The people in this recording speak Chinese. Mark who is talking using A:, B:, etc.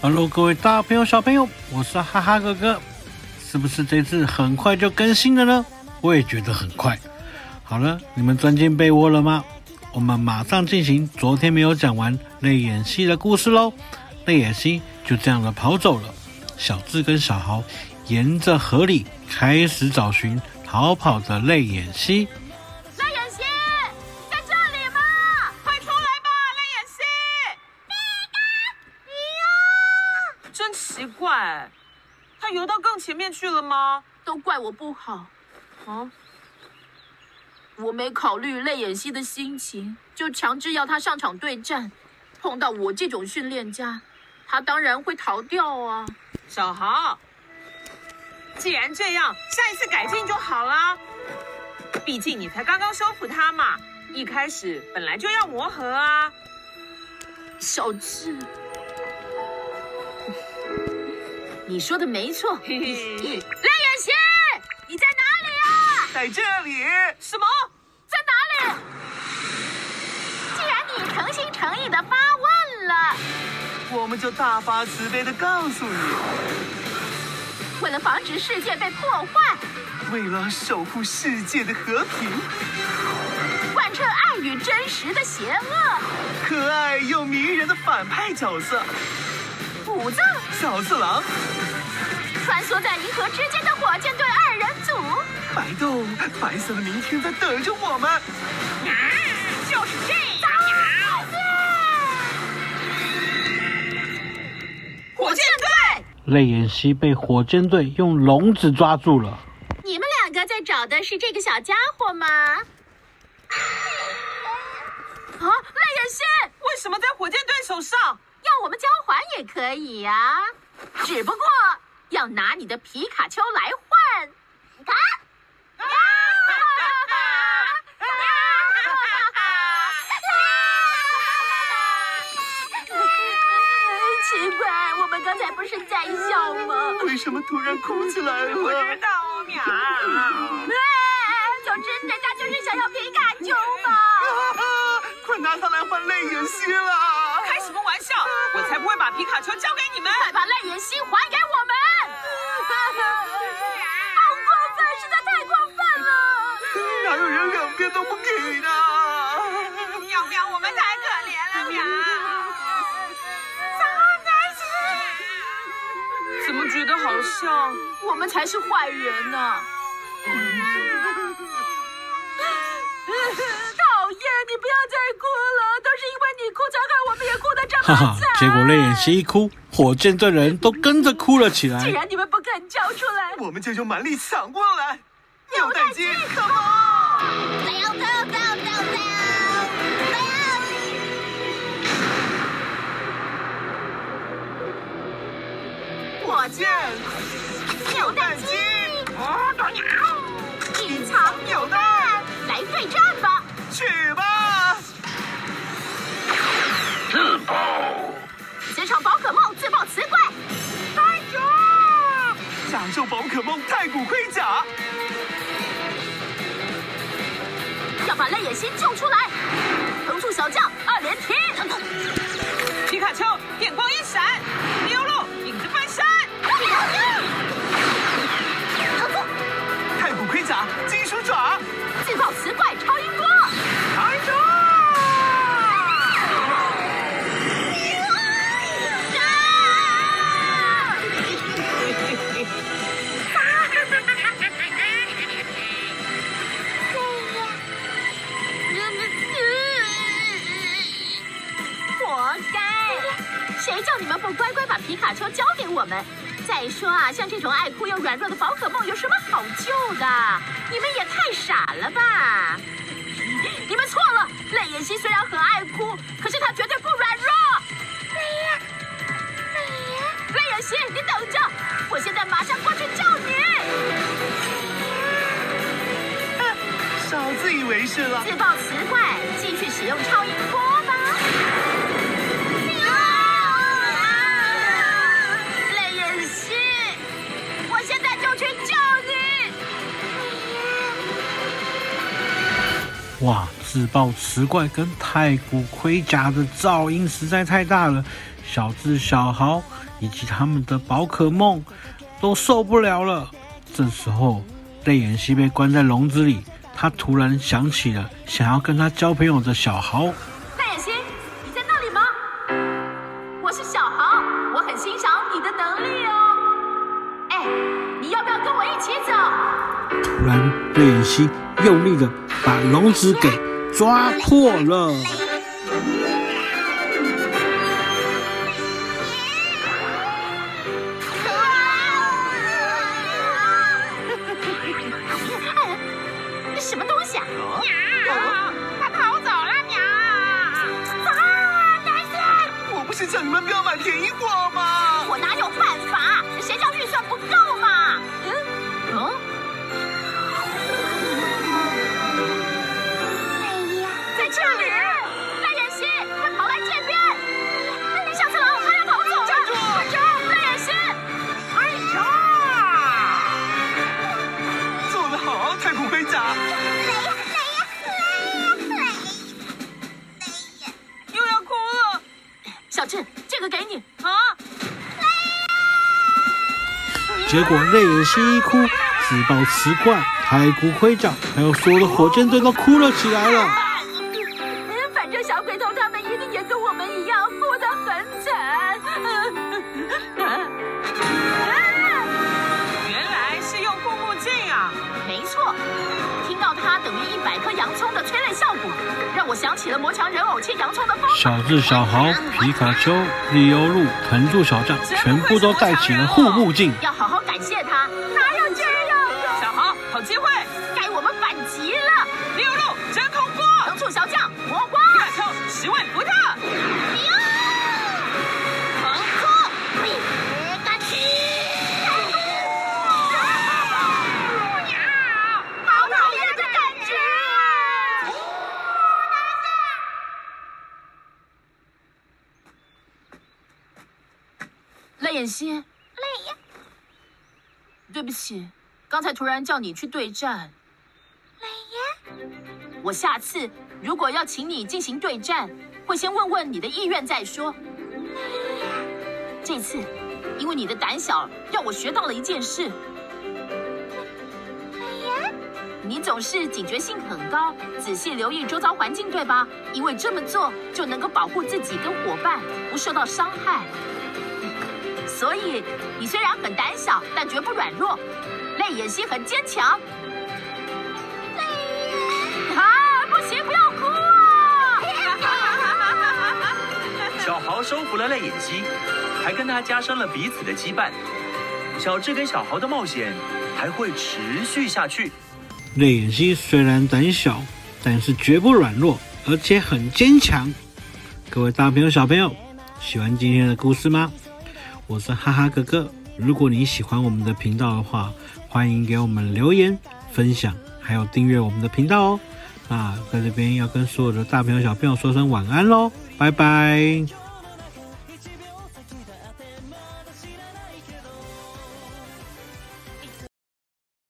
A: Hello，各位大朋友小朋友，我是哈哈哥哥。是不是这次很快就更新了呢？我也觉得很快。好了，你们钻进被窝了吗？我们马上进行昨天没有讲完泪眼蜥的故事喽。泪眼蜥就这样的跑走了，小智跟小豪沿着河里开始找寻逃跑的泪眼蜥。
B: 泪眼蜥，在这里吗？快出来吧，泪眼蜥！哎呀，
C: 真奇怪，它游到更前面去了吗？
B: 都怪我不好，
C: 啊，
B: 我没考虑泪眼蜥的心情，就强制要它上场对战。碰到我这种训练家，它当然会逃掉啊！
C: 小豪，既然这样，下一次改进就好啦。毕竟你才刚刚收服它嘛，一开始本来就要磨合啊。
B: 小智，
D: 你说的没错，
C: 嘿嘿，
B: 泪眼蜥，你在哪里啊？
C: 在这里？什么？
B: 在哪里？
E: 既然你诚心诚意的发问了，
F: 我们就大发慈悲的告诉你，
E: 为了防止世界被破坏，
F: 为了守护世界的和平，
E: 贯彻爱与真实的邪恶，
F: 可爱又迷人的反派角色
E: 武藏
F: 小次郎，
E: 穿梭在银河之间的火箭队二人组，
F: 白豆，白色的明天在等着我们。
E: 就是这样。
C: 火箭队。
A: 泪眼蜥被火箭队用笼子抓住了。
E: 你们两个在找的是这个小家伙吗？啊，泪眼蜥，
C: 为什么在火箭队手上？
E: 要我们交换也可以呀、只不过要拿你的皮卡丘来换。啊！ 奇怪，我们刚才不是在笑吗？
F: 为什么突然哭起来
C: 嗯我知
F: 了？
C: 道，喵。
E: 哎，总之人家就是想要皮卡丘
F: 啊
E: 嘛。
F: 哈！快拿它来换泪眼蜥啦！
C: 开什么玩笑？我才不会把皮卡丘交给你们。
E: 快把泪眼蜥还给我们！啊好过分，实在太过分了！
F: 哪有人两边都不给的？
C: 喵喵，我们太可怜了，喵。怎么觉得好啊像？
E: 我们才是坏人呢、
A: 嗯
E: 讨厌，你不要再哭了，都是因为你哭才害我们也哭得这
A: 哈哈
E: 么惨。，
A: 结果泪眼蜥一哭，火箭队人都跟着哭了起
E: 既
A: 来。
E: 然你们不肯交出来，
F: 我们就用蛮力抢过来，扭蛋机，come on！火箭，扭蛋机，
E: 隐藏
F: 扭蛋，
E: 来对战吧！
F: 去吧！
E: 职场宝可梦自爆磁怪，班长，
F: 享受宝可梦太古盔甲，
E: 要把泪眼星救出来！藤树小将二连踢，
C: 皮卡丘电光一闪，溜路影子翻身，
F: 太古盔甲，金属爪，
E: 自爆磁怪超音波，
F: 开始！
E: 活该！谁叫你们不乖乖把皮卡丘交给我们？再说啊，像这种爱哭又软弱的宝可梦有什么好救的？你们也太傻了吧！你们错了，泪眼蜥虽然很爱哭，可是它绝对不软弱。哎泪眼蜥，你等着，我现在马上过去救你！
F: 少自以为是了，
E: 自爆磁怪，继续使用超音波吧。啊泪眼蜥，我现在就去救你！
A: 哇，自爆磁怪跟太古盔甲的噪音实在太大了，小智、小豪以及他们的宝可梦都受不了了。这时候，泪眼西被关在笼子里，他突然想起了想要跟他交朋友的小豪。
E: 戴眼星，你在那里吗？我是小豪，我很欣赏你的能力哦。哎，你要不要跟我一起走？
A: 突然，泪眼西用力的把笼子给抓破了。
E: 这 什么东西啊？哦
C: 啊，他逃走了，娘！
E: 啊，戴森，
F: 我不是叫你们不要买便宜货吗？
E: 我哪有办法？谁叫预算不够嘛？嗯嗯。哎呀，在这里！赖妍希，他跑来这边！哎上次郎，他要逃走了！站住！快追！赖妍希！哎呀！
F: 做得好啊，太空盔甲！
C: 又要哭了
E: 小智，这个给你。
C: 啊！
A: 结果泪眼西一哭，自爆磁罐、太古盔甲，还有所有的火箭队都哭了起来了。
E: 嗯，反正小鬼头他们一定也跟我们一样哭得很惨。嗯
C: 原来是用护目镜啊！
E: 没错，听到它等于一百颗洋葱的催泪效果，让我想起了魔强人偶切洋葱的方法。
A: 小智、小豪、皮卡丘、利欧路、藤柱小将，全部都戴起了护目镜。
E: 要好好感谢他，哪有这样的？
C: 小豪，好机会！
E: 该我们反击了！
C: 六路真空波，
E: 藤醋小将，魔花，
C: 皮卡丘十万伏特，
E: 藤醋，皮卡丘，好讨厌的感觉啊！
B: 泪眼心，泪眼，对不起，刚才突然叫你去对战。泪眼，我下次如果要请你进行对战，会先问问你的意愿再说。这次，因为你的胆小，让我学到了一件事。你总是警觉性很高，仔细留意周遭环境，对吧？因为这么做就能够保护自己跟伙伴不受到伤害。所以你虽然很胆小，但绝不软弱，泪眼心很坚强。啊，不行，不要哭啊！
G: 小豪收服了泪眼蜥，还跟他加深了彼此的羁绊。小智跟小豪的冒险还会持续下去。
A: 泪眼西虽然胆小，但是绝不软弱，而且很坚强。各位大朋友、小朋友，喜欢今天的故事吗？我是哈哈哥哥。如果你喜欢我们的频道的话，欢迎给我们留言、分享，还有订阅我们的频道哦。那在这边要跟所有的大朋友、小朋友说声晚安喽，拜拜。